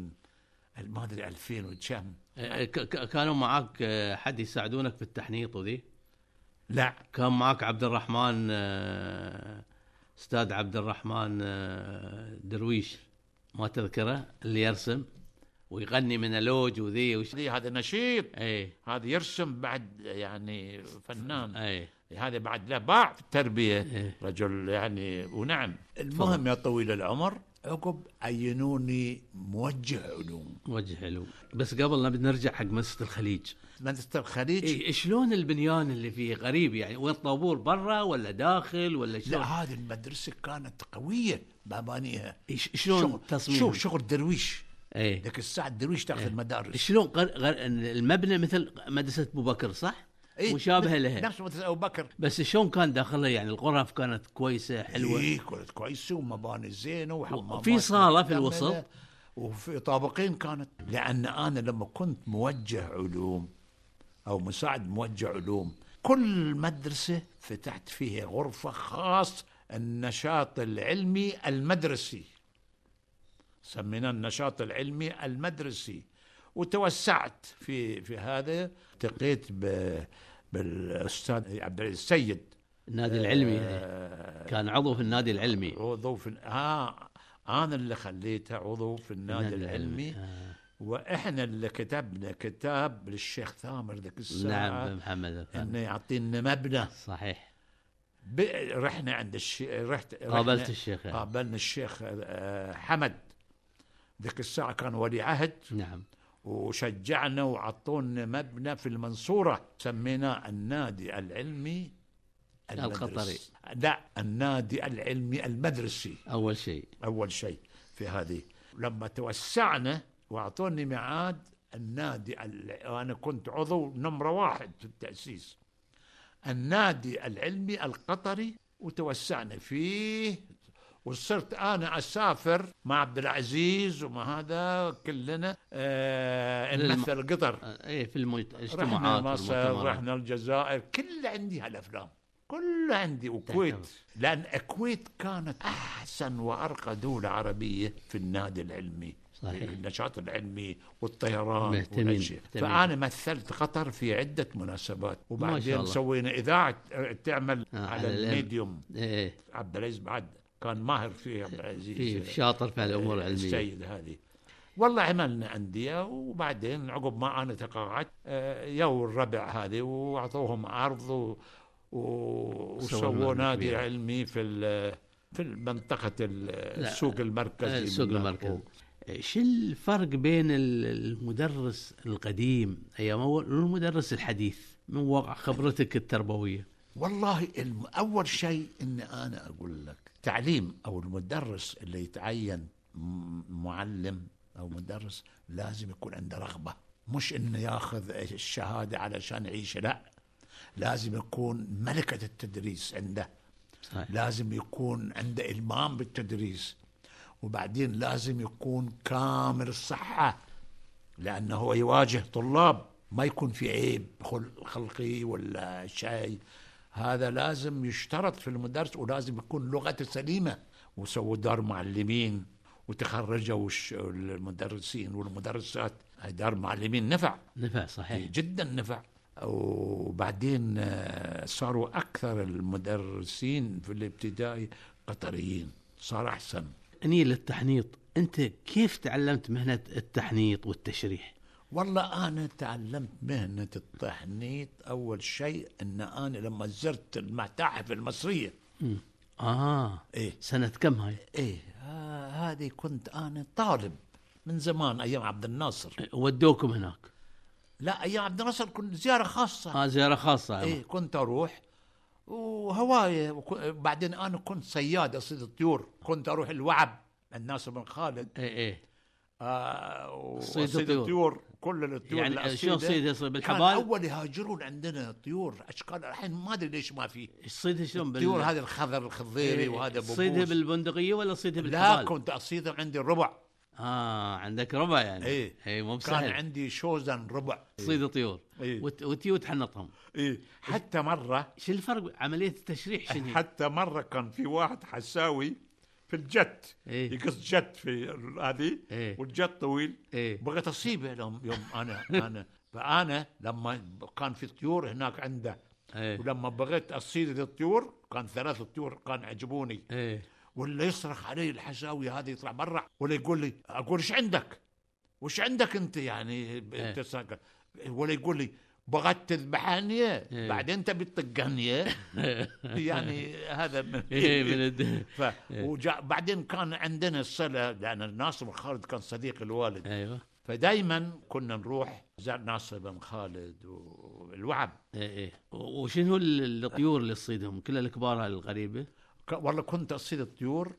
Speaker 2: ما ادري 2000 وكم
Speaker 4: إيه، ك- ك- كانوا معاك آه، حد يساعدونك في التحنيط وذي
Speaker 2: لا
Speaker 4: كان معك عبد الرحمن آه، استاذ عبد الرحمن آه، درويش ما تذكره اللي يرسم ويغني من الوج وذي وش إيه،
Speaker 2: هذه- هذا نشيط
Speaker 4: اي
Speaker 2: هذا يرسم بعد يعني فنان
Speaker 4: اي
Speaker 2: هذا بعد له باع في التربيه
Speaker 4: إيه.
Speaker 2: رجل يعني ونعم المهم يا طويل العمر عقب عينوني موجه علوم
Speaker 4: وجه حلو بس قبل نبي نرجع حق مسجد الخليج
Speaker 2: مدرسة الخليج
Speaker 4: إيه شلون البنيان اللي فيه غريب يعني وين الطابور برا ولا داخل ولا
Speaker 2: لا
Speaker 4: شلون
Speaker 2: هذه المدرسة كانت قوية بأمانيها
Speaker 4: إيه، ش- شلون تصميم
Speaker 2: شوف شغل درويش
Speaker 4: ايه
Speaker 2: ذاك الساعة الدرويش تاخذ
Speaker 4: إيه.
Speaker 2: المدارس
Speaker 4: شلون غر... غر... المبنى مثل مدرسه ابو بكر صح؟
Speaker 2: إيه،
Speaker 4: مشابهه
Speaker 2: نفس-
Speaker 4: لها
Speaker 2: نفس مدرسة أبو بكر
Speaker 4: بس شلون كان داخلها يعني الغرف كانت كويسه
Speaker 2: حلوة
Speaker 4: حلوه
Speaker 2: إيه كانت كويسة ومباني زينة وحمامات
Speaker 4: وفي صالة في
Speaker 2: مكتملة،
Speaker 4: الوسط؟
Speaker 2: وفي طابقين كانت لأن أنا لما كنت موجه علوم أو مساعد موجه علوم كل مدرسة فتحت فيها غرفة خاص النشاط العلمي المدرسي سميناه النشاط العلمي المدرسي وتوسعت في في هذا التقيت ب- بالاستاذ عبد العزيز السيد
Speaker 4: النادي العلمي يعني.
Speaker 2: آه.
Speaker 4: كان عضو في النادي العلمي
Speaker 2: عضو في اه انا اللي خليته عضو في النادي العلمي
Speaker 4: آه.
Speaker 2: واحنا اللي كتبنا كتاب للشيخ ثامر ذاك الساعه
Speaker 4: نعم محمد أفندم.
Speaker 2: انه يعطينا مبنى
Speaker 4: صحيح
Speaker 2: ب... رحنا عند الشيخ رحت رحنا-
Speaker 4: قابلت الشيخ يعني.
Speaker 2: قابلنا الشيخ آه، حمد ذاك الساعه كان ولي عهد
Speaker 4: نعم
Speaker 2: وشجعنا وعطونا مبنى في المنصورة سميناه النادي العلمي المدرسي.
Speaker 4: القطري.
Speaker 2: لا النادي العلمي المدرسي
Speaker 4: اول شيء
Speaker 2: أول شيء في هذه لما توسعنا وأعطوني ميعاد النادي ال- أنا كنت عضو نمرة واحد في التأسيس النادي العلمي القطري وتوسعنا فيه وصرت انا اسافر مع عبد العزيز ومع هذا كلنا آه
Speaker 4: للم-
Speaker 2: نمثل قطر
Speaker 4: آه، ايه في
Speaker 2: رحنا
Speaker 4: الاجتماعات
Speaker 2: مصر رحنا الجزائر كل عندي هالافلام كل عندي وكويت لان الكويت كانت احسن وارقى دوله عربيه في النادي العلمي
Speaker 4: صحيح.
Speaker 2: النشاط العلمي والطيران
Speaker 4: مهتمين-
Speaker 2: والأشياء.
Speaker 4: مهتمين.
Speaker 2: فانا مثلت قطر في عده مناسبات
Speaker 4: شاء
Speaker 2: وبعدين
Speaker 4: الله.
Speaker 2: سوينا اذاعه تعمل
Speaker 4: آه،
Speaker 2: على,
Speaker 4: على
Speaker 2: على
Speaker 4: الإم.
Speaker 2: الميديوم
Speaker 4: ايه
Speaker 2: عبد العزيز بعد كان ماهر فيه عبد العزيز
Speaker 4: في في شاطر في الامور العلميه
Speaker 2: السيد إيه، هذه والله عملنا أندية وبعدين عقب ما أنا تقاعدت آه، يو الربع هذه وأعطوهم عرض و- و-
Speaker 4: مبنى
Speaker 2: وسووا نادي
Speaker 4: كبير.
Speaker 2: علمي في ال- في منطقة السوق المركزي
Speaker 4: آه، السوق
Speaker 2: من
Speaker 4: المركزي
Speaker 2: ناحية.
Speaker 4: شو الفرق بين ال- المدرس القديم ايام اول والمدرس الحديث من واقع خبرتك التربويه
Speaker 2: والله الم- أول شيء إن أنا أقول لك تعليم أو المدرس اللي يتعين م- معلم أو مدرس لازم يكون عنده رغبة مش إنه ياخذ الشهادة علشان يعيش لا لازم يكون ملكة التدريس عنده
Speaker 4: صحيح.
Speaker 2: لازم يكون عنده إلمام بالتدريس وبعدين لازم يكون كامل الصحة لأنه هو يواجه طلاب ما يكون في عيب خل- خلقي ولا شيء هذا لازم يشترط في المدرس ولازم يكون لغته سليمة وسووا دار معلمين وتخرجوا الش- المدرسين والمدرسات هاي دار معلمين نفع
Speaker 4: نفع صحيح
Speaker 2: جدا نفع وبعدين آه، صاروا اكثر المدرسين في الابتدائي قطريين صار احسن
Speaker 4: اني للتحنيط انت كيف تعلمت مهنه التحنيط والتشريح
Speaker 2: والله انا تعلمت مهنه التحنيط اول شيء ان انا لما زرت المتاحف المصريه
Speaker 4: اه
Speaker 2: ايه
Speaker 4: سنه كم هاي
Speaker 2: ايه آه، هذه كنت انا طالب من زمان ايام عبد الناصر
Speaker 4: ودوكم هناك
Speaker 2: لا ايام عبد الناصر كنت زياره خاصه
Speaker 4: اه زياره خاصه
Speaker 2: ايه كنت اروح وهوايه وك- بعدين انا كنت صياد اصيد الطيور كنت اروح الوعب الناس بن خالد
Speaker 4: ايه ايه
Speaker 2: آه
Speaker 4: صيد
Speaker 2: واصيد
Speaker 4: الطيور.
Speaker 2: الطيور كل الطيور
Speaker 4: يعني
Speaker 2: اللي
Speaker 4: شلون
Speaker 2: أصيدها.
Speaker 4: صيد يصيد
Speaker 2: كان
Speaker 4: بالحبال
Speaker 2: اول يهاجرون عندنا طيور اشكال الحين ما ادري ليش ما في
Speaker 4: تصيدها شلون بال
Speaker 2: الطيور هذا الخضر الخضيري وهذا
Speaker 4: تصيدها
Speaker 2: بوبوس
Speaker 4: بالبندقيه ولا تصيدها
Speaker 2: لا
Speaker 4: بالحبال؟
Speaker 2: كنت اصيدهم عندي الربع
Speaker 4: اه عندك ربع يعني
Speaker 2: إيه.
Speaker 4: اي مو
Speaker 2: كان
Speaker 4: بسهل
Speaker 2: عندي شوزن ربع
Speaker 4: تصيد طيور
Speaker 2: إيه.
Speaker 4: وت... وتي وتحنطهم
Speaker 2: إيه. حتى مره
Speaker 4: شو الفرق عمليه التشريح شنو هي؟
Speaker 2: حتى مره كان في واحد حساوي في الجت
Speaker 4: إيه.
Speaker 2: يقص جت في هذه
Speaker 4: إيه.
Speaker 2: والجت طويل
Speaker 4: إيه.
Speaker 2: بغيت اصيبه لهم يوم انا
Speaker 4: [LAUGHS]
Speaker 2: انا فانا لما كان في طيور هناك عنده
Speaker 4: إيه.
Speaker 2: ولما بغيت اصيد الطيور كان ثلاث طيور كان عجبوني
Speaker 4: ايه
Speaker 2: [LAUGHS] ولا يصرخ علي الحساوي هذا يطلع برا ولا يقول لي
Speaker 4: إيه.
Speaker 2: اقول ايش عندك؟ وش عندك انت يعني ب- انت ساكت ولا يقول لي بغت تذبحني
Speaker 4: إيه.
Speaker 2: بعدين انت
Speaker 4: [LAUGHS]
Speaker 2: بتطقني يعني هذا من
Speaker 4: إيه،
Speaker 2: [LAUGHS]
Speaker 4: من الد- إيه.
Speaker 2: ف... وجا... بعدين كان عندنا الصله لان الناصر بن خالد كان صديق الوالد
Speaker 4: ايوه
Speaker 2: فدايما كنا نروح زار ناصر بن خالد والوعب
Speaker 4: ايه ايه و- وشنو ال- الطيور اللي تصيدهم كلها الكبار هاي الغريبه
Speaker 2: ك- والله كنت اصيد الطيور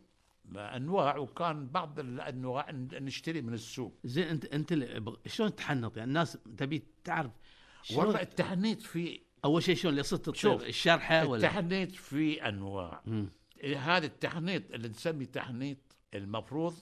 Speaker 2: انواع وكان بعض الانواع ن- نشتري من السوق
Speaker 4: زين انت انت اللي بغ- شلون تحنط يعني الناس تبي تعرف شلون-
Speaker 2: والله التهنيت في
Speaker 4: اول شيء شلون اللي صرت
Speaker 2: شوف،
Speaker 4: الطير الشرحه ولا
Speaker 2: التحنيط في انواع
Speaker 4: مم.
Speaker 2: هذا التحنيط اللي نسميه تحنيط المفروض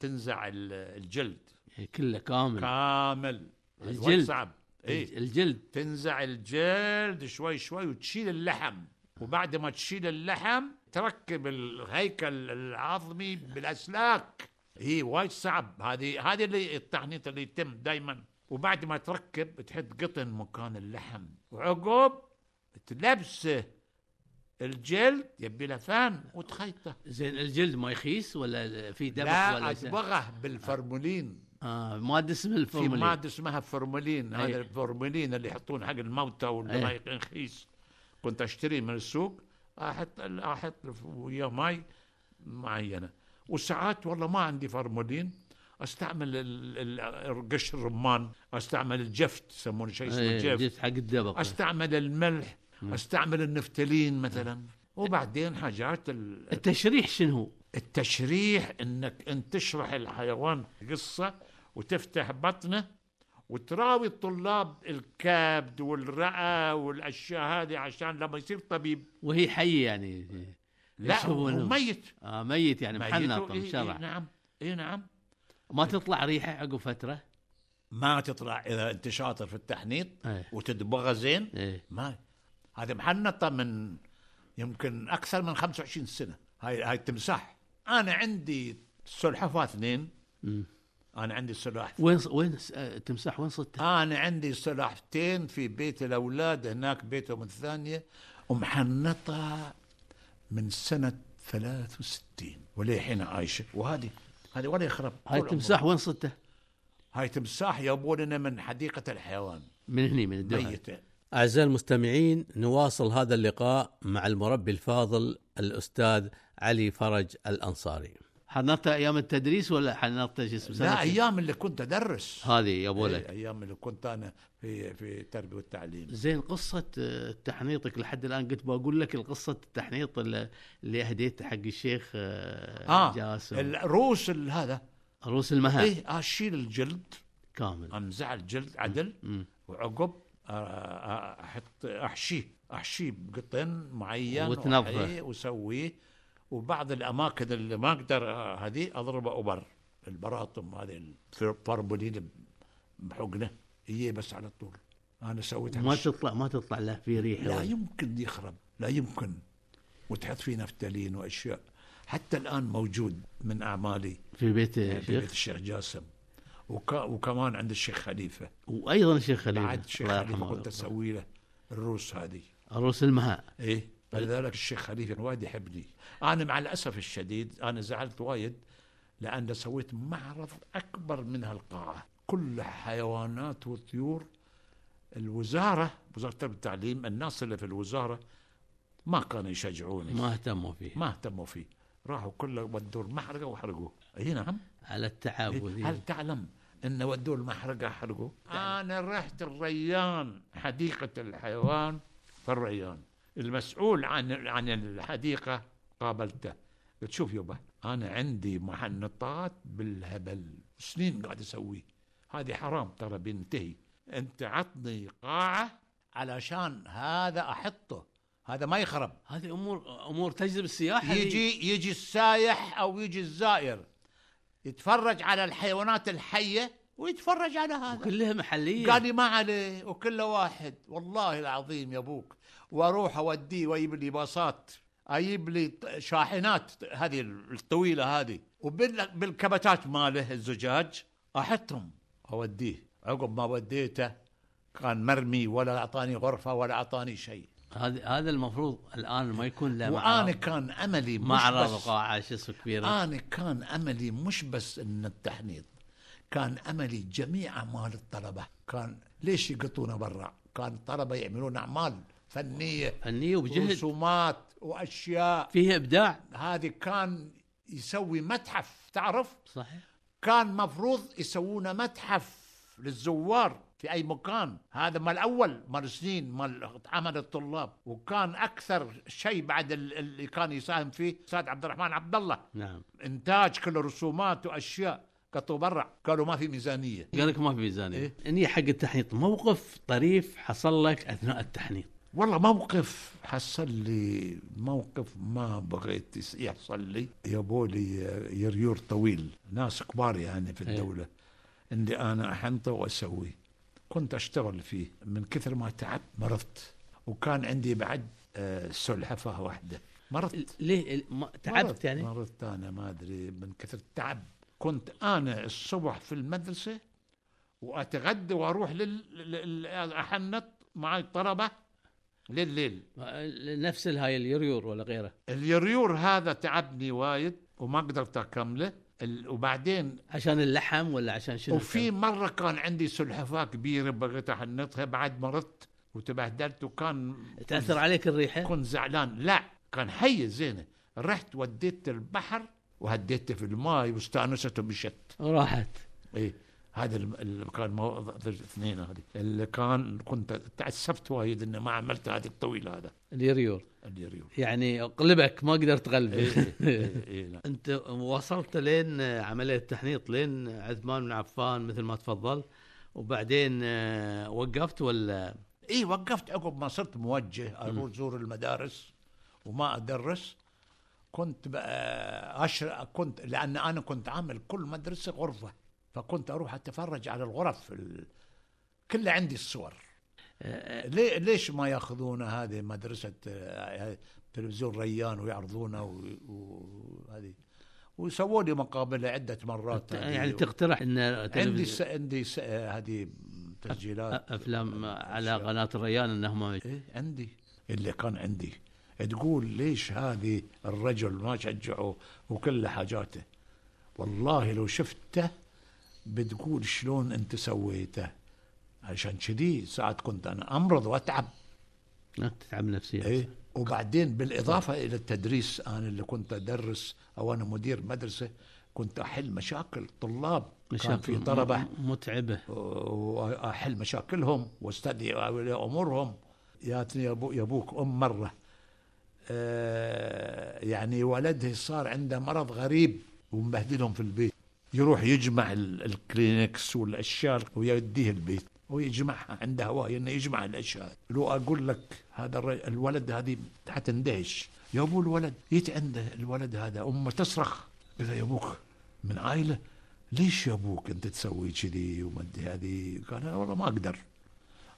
Speaker 2: تنزع ال- الجلد
Speaker 4: إيه، كله كامل
Speaker 2: كامل إيه. هذا
Speaker 4: الجلد.
Speaker 2: وايد صعب
Speaker 4: الج-
Speaker 2: اي
Speaker 4: الجلد
Speaker 2: تنزع الجلد شوي شوي وتشيل اللحم وبعد ما تشيل اللحم تركب الهيكل العظمي بالاسلاك هي وايد صعب هذه هذه اللي التحنيط اللي يتم دائما وبعد ما تركب تحط قطن مكان اللحم وعقب تلبسه الجلد يبي له فن وتخيطه
Speaker 4: زين الجلد ما يخيس ولا في دبخ
Speaker 2: لا
Speaker 4: ولا شيء؟
Speaker 2: اصبغه بالفرمولين
Speaker 4: اه ماده اسمها
Speaker 2: في
Speaker 4: الفورمولين
Speaker 2: ماده اسمها فورمالين
Speaker 4: أي.
Speaker 2: هذا الفورمالين اللي يحطون حق الموتى واللي
Speaker 4: أي.
Speaker 2: ما يكون خيس كنت اشتريه من السوق احط احط ويا ماي معينه وساعات والله ما عندي فورمالين استعمل ال- ال- قش الرمان استعمل الجفت يسمونه شيء اسمه
Speaker 4: إيه،
Speaker 2: الجفت
Speaker 4: جلد حق الدبق
Speaker 2: استعمل الملح استعمل النفتلين مثلا وبعدين حاجات ال-
Speaker 4: التشريح شنو؟
Speaker 2: التشريح انك انت تشرح الحيوان قصه وتفتح بطنه وتراوي الطلاب الكبد والرئه والاشياء هذه عشان لما يصير طبيب
Speaker 4: وهي حيه يعني
Speaker 2: لا هو
Speaker 4: يشوفونه.
Speaker 2: ميت
Speaker 4: آه ميت يعني
Speaker 2: ميت
Speaker 4: محنط
Speaker 2: و- إي- إي
Speaker 4: مشرع
Speaker 2: نعم اي نعم
Speaker 4: ما تطلع ريحه عقب فتره
Speaker 2: ما تطلع اذا انت شاطر في التحنيط
Speaker 4: إيه.
Speaker 2: وتدبغه زين
Speaker 4: إيه.
Speaker 2: ما هذه محنطه من يمكن اكثر من 25 سنه هاي هاي التمساح انا عندي سلحفاه اثنين
Speaker 4: مم.
Speaker 2: انا عندي سلاح
Speaker 4: وين ص- وين س- آه، التمساح وين صدته؟
Speaker 2: أنا عندي سلاحفتين في بيت الأولاد هناك بيتهم الثانية ومحنطة من سنة 63 وللحين عايشة وهذه هذه ولا يخرب
Speaker 4: هاي
Speaker 2: آه، طول
Speaker 4: التمساح
Speaker 2: عمره.
Speaker 4: وين صدته؟
Speaker 2: هاي تمساح يبوننا من حديقة الحيوان
Speaker 4: من هني من الدوحه
Speaker 2: ميتة
Speaker 3: أعزائي المستمعين نواصل هذا اللقاء مع المربي الفاضل الأستاذ علي فرج الأنصاري
Speaker 4: حنطته ايام التدريس ولا حنطته شو اسمه؟
Speaker 2: لا
Speaker 4: سنة-
Speaker 2: أيام اللي كنت أدرس
Speaker 4: هذه يا ابو
Speaker 2: إيه،
Speaker 4: ولد
Speaker 2: أيام اللي كنت أنا في في التربية والتعليم
Speaker 4: زين قصة آه، تحنيطك لحد الآن قلت بقول لك القصة التحنيط اللي اللي أهديته حق الشيخ آه
Speaker 2: اه
Speaker 4: جاسم
Speaker 2: الرؤوس ال- هذا
Speaker 4: رؤوس المها
Speaker 2: ايه اشيل الجلد
Speaker 4: كامل
Speaker 2: امزع الجلد عدل
Speaker 4: مم.
Speaker 2: وعقب آه، آه، احط احشيه احشيه بقطن معين
Speaker 4: وتنظفه.
Speaker 2: وأحيه واسويه وبعض الاماكن اللي ما اقدر آه، هذه اضربه ابر البراطم هذه الفربولين بحقنه هي بس على طول انا سويتها
Speaker 4: ما
Speaker 2: بالش-
Speaker 4: تطلع ما تطلع له في ريحة
Speaker 2: لا أيوه.
Speaker 4: ولا-
Speaker 2: يمكن يخرب لا يمكن وتحط فيه نفتالين واشياء حتى الان موجود من اعمالي
Speaker 4: في بيت
Speaker 2: في بيت
Speaker 4: الشيخ
Speaker 2: الشيخ جاسم وك- وكمان عند الشيخ خليفه
Speaker 4: وأيضا الشيخ خليل
Speaker 2: بعد الشيخ خليفه كنت اسوي له الروس هذه
Speaker 4: رؤوس المها
Speaker 2: ايه فلذلك الشيخ خليفه وايد يحبني انا مع الاسف الشديد انا زعلت وايد لان سويت معرض اكبر من هالقاعه كل حيوانات وطيور الوزاره وزاره التربية والتعليم الناس اللي في الوزاره ما كانوا يشجعوني ما,
Speaker 4: ما اهتموا فيه
Speaker 2: ما اهتموا فيه راحوا كله ودوا المحرقه وحرقوه اي نعم
Speaker 4: على التعب وذي.
Speaker 2: إيه، هل تعلم ان ودوا المحرقه حرقوا؟ انا رحت الريان حديقه الحيوان في الريان المسؤول عن عن الحديقه قابلته قلت شوف يبا انا عندي محنطات بالهبل سنين قاعد اسويه هذه حرام ترى بينتهي انت عطني قاعه علشان هذا احطه هذا ما يخرب
Speaker 4: هذه أمور أمور تجذب السياحة ذي.
Speaker 2: يجي يجي السايح او يجي الزائر يتفرج على الحيوانات الحيه ويتفرج على هذا
Speaker 4: كلها محلية
Speaker 2: قال لي ما عليه وكله واحد والله العظيم يا ابوك واروح اوديه واجيب لي باصات اجيب لي ط- شاحنات هذه الطويله هذه وبالكبتات ماله الزجاج احطهم اوديه عقب ما وديته كان مرمي ولا اعطاني غرفه ولا اعطاني شيء
Speaker 4: هذا هذا المفروض الآن ما يكون له
Speaker 2: وانا
Speaker 4: معرض
Speaker 2: كان املي مش
Speaker 4: معرض
Speaker 2: بس- آه.
Speaker 4: قاعة شو اسمه كبيرة
Speaker 2: أنا كان أملي مش بس إن التحنيط كان أملي جميع أعمال الطلبة كان ليش يقطونا برا كان الطلبه يعملون اعمال فنيه
Speaker 4: فنيه وبجهد
Speaker 2: رسومات واشياء
Speaker 4: فيها ابداع
Speaker 2: هذه كان يسوي متحف تعرف
Speaker 4: صحيح
Speaker 2: كان مفروض يسوون متحف للزوار في اي مكان هذا مال اول مال سنين مال عمل الطلاب وكان اكثر شيء بعد ال- اللي كان يساهم فيه استاذ عبد الرحمن عبد الله
Speaker 4: نعم
Speaker 2: انتاج كل رسومات واشياء قطوا برا قالوا ما في ميزانيه
Speaker 4: قال لك ما في ميزانيه
Speaker 2: إيه؟
Speaker 4: اني حق التحنيط موقف طريف حصل لك اثناء التحنيط
Speaker 2: والله موقف حصل لي موقف ما بغيت يس- يحصل لي يبوا لي يريور طويل ناس كبار يعني في
Speaker 4: إيه.
Speaker 2: الدولة اللي أنا أحنطه وأسوي كنت أشتغل فيه من كثر ما تعبت مرضت وكان عندي بعد آه، سلحفة واحدة مرضت
Speaker 4: ليه ال- ما تعبت
Speaker 2: مرضت-
Speaker 4: يعني
Speaker 2: مرضت انا ما ادري من كثر التعب كنت انا الصبح في المدرسه واتغدى واروح لل... لل... لل- احنط مع الطلبه لليل
Speaker 4: نفس الهاي اليوريور ولا غيره
Speaker 2: اليريور هذا تعبني وايد وما قدرت اكمله ال- وبعدين
Speaker 4: عشان اللحم ولا عشان شنو
Speaker 2: وفي مرة كان عندي سلحفاة كبيرة بغيت أحنطها بعد مرضت وتبهدلت وكان
Speaker 4: تاثر عليك الريحه
Speaker 2: كنت زعلان لا كان حية زينة رحت وديت البحر وهديته في الماي واستانست ومشت
Speaker 4: وراحت
Speaker 2: ايه هذا الم- اللي كان مو- الاثنين هذه اللي كان كنت تعسفت وايد اني ما عملت هذه الطويل هذا
Speaker 4: اليوريور
Speaker 2: اللي يريوه
Speaker 4: يعني قلبك ما قدرت
Speaker 2: ايه
Speaker 4: تغلبه
Speaker 2: [LAUGHS] ايه ايه لا.
Speaker 4: انت إيه. وصلت لين عمليه التحنيط لين عثمان بن عفان مثل ما تفضل وبعدين آه، وقفت ولا
Speaker 2: ايه وقفت عقب ما صرت موجه اروح زور المدارس وما ادرس كنت بقى أشر... كنت لان انا كنت عامل كل مدرسه غرفه فكنت اروح اتفرج على الغرف ال... كلها عندي الصور آه، ليه ليش ما ياخذون هذه مدرسه آه، هاي تلفزيون ريان ويعرضونه وهذه و... وهذه. وسووا لي مقابله عده مرات هذه.
Speaker 4: يعني تقترح ان
Speaker 2: عندي
Speaker 4: تلفزيون-
Speaker 2: س... عندي س... آه، هذه تسجيلات آه،
Speaker 4: افلام على
Speaker 2: أشياء.
Speaker 4: قناه الريان انهم
Speaker 2: ايه عندي اللي كان عندي تقول ليش هذه الرجل ما شجعه وكل حاجاته والله لو شفته بتقول شلون انت سويته عشان كذي ساعات كنت انا امرض واتعب
Speaker 4: لا تتعب نفسيا
Speaker 2: ايه وبعدين بالاضافه الى التدريس انا اللي كنت ادرس او انا مدير مدرسه كنت احل مشاكل طلاب كان في
Speaker 4: م-
Speaker 2: طلبه
Speaker 4: متعبه
Speaker 2: واحل مشاكلهم واستدعي اولي امورهم ياتني يا أبو- يا ابوك ام مره آه، يعني ولده صار عنده مرض غريب ومبهدلهم في البيت يروح يجمع ال- الكلينكس والاشياء ويديه البيت ويجمعها عنده هوايه انه يجمع الاشياء لو اقول لك هذا الر- الولد هذه حتندهش يا ابو الولد جيت عنده الولد هذا امه تصرخ قلت يا ابوك من عائله ليش يا ابوك انت تسوي كذي وما أدري هذه قال انا والله ما اقدر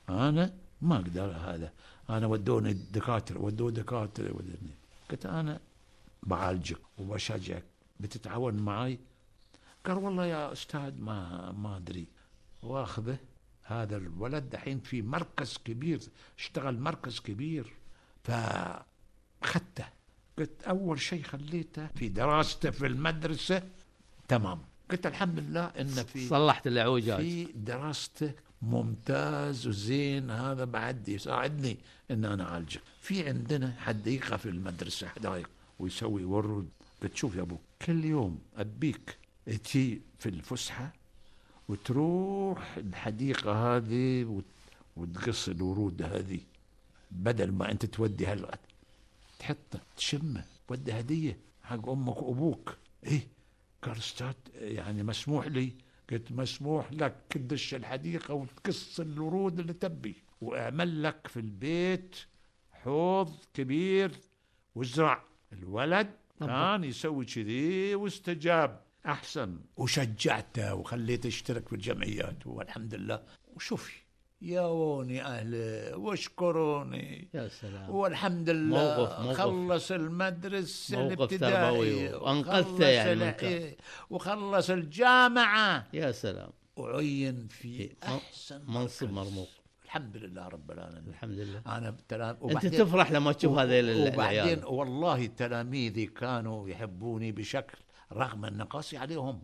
Speaker 2: انا ما اقدر هذا انا ودوني الدكاتره ودوه دكاتره ودوني قلت انا بعالجك وبشجعك بتتعاون معي قال والله يا استاذ ما ما ادري واخذه هذا الولد دحين في مركز كبير اشتغل مركز كبير فخدته قلت اول شيء خليته في دراسته في المدرسه تمام قلت الحمد لله انه في
Speaker 4: صلحت العوجات
Speaker 2: في دراسته ممتاز وزين هذا بعد يساعدني ان انا اعالجه في عندنا حديقه في المدرسه حدائق ويسوي ورد بتشوف يا ابو كل يوم ابيك تجي في الفسحه وتروح الحديقه هذه وت- وتقص الورود هذه بدل ما انت تودي هالقد تحطه تشمه تودي هديه حق امك وابوك ايه قال استاذ يعني مسموح لي قلت مسموح لك تدش الحديقه وتقص الورود اللي تبي واعمل لك في البيت حوض كبير وازرع الولد كان يسوي كذي واستجاب احسن وشجعته وخليته يشترك في الجمعيات والحمد لله وشوفي يا وني اهله واشكروني
Speaker 4: يا سلام
Speaker 2: والحمد لله
Speaker 4: نعم. موقف- موقف.
Speaker 2: خلص المدرسه
Speaker 4: موقف
Speaker 2: الابتدائيه
Speaker 4: تربوي وأنقذته
Speaker 2: وخلص
Speaker 4: يعني من
Speaker 2: ال-
Speaker 4: كان.
Speaker 2: إيه، وخلص الجامعه
Speaker 4: يا سلام
Speaker 2: وعين في
Speaker 4: إيه، م-
Speaker 2: احسن
Speaker 4: منصب
Speaker 2: مركز.
Speaker 4: مرموق.
Speaker 2: الحمد لله رب العالمين
Speaker 4: الحمد لله
Speaker 2: انا تلام
Speaker 4: انت تفرح لما تشوف هذه
Speaker 2: وبعدين
Speaker 4: العيال
Speaker 2: والله تلاميذي كانوا يحبوني بشكل رغم النقاصي عليهم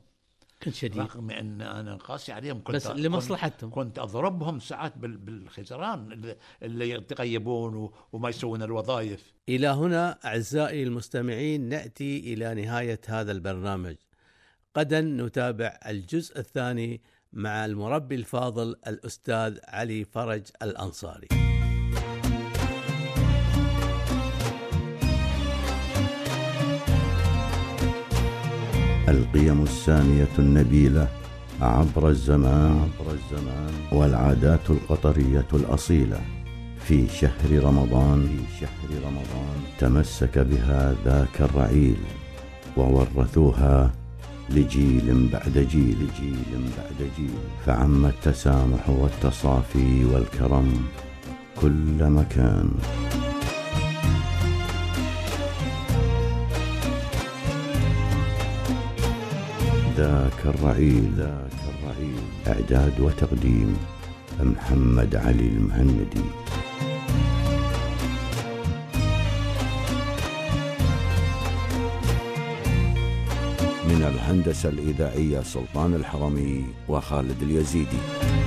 Speaker 4: كنت شديد
Speaker 2: رغم ان انا قاسي عليهم كنت
Speaker 4: بس
Speaker 2: كنت-
Speaker 4: لمصلحتهم
Speaker 2: كنت اضربهم ساعات بال- بالخزران اللي- اللي يتغيبون و- وما يسوون الوظائف
Speaker 3: إلى هنا أعزائي المستمعين نأتي إلى نهاية هذا البرنامج غدا نتابع الجزء الثاني مع المربي الفاضل الأستاذ علي فرج الأنصاري
Speaker 5: القيم السامية النبيلة عبر الزمان عبر الزمان والعادات القطرية الأصيلة في شهر رمضان في شهر رمضان تمسك بها ذاك الرعيل وورثوها لجيل بعد جيل جيل بعد جيل فعم التسامح والتصافي والكرم كل مكان ذاك الرعيل ذاك الرعيل إعداد وتقديم محمد علي المهندي من الهندسة الإذاعية سلطان الحرمي وخالد اليزيدي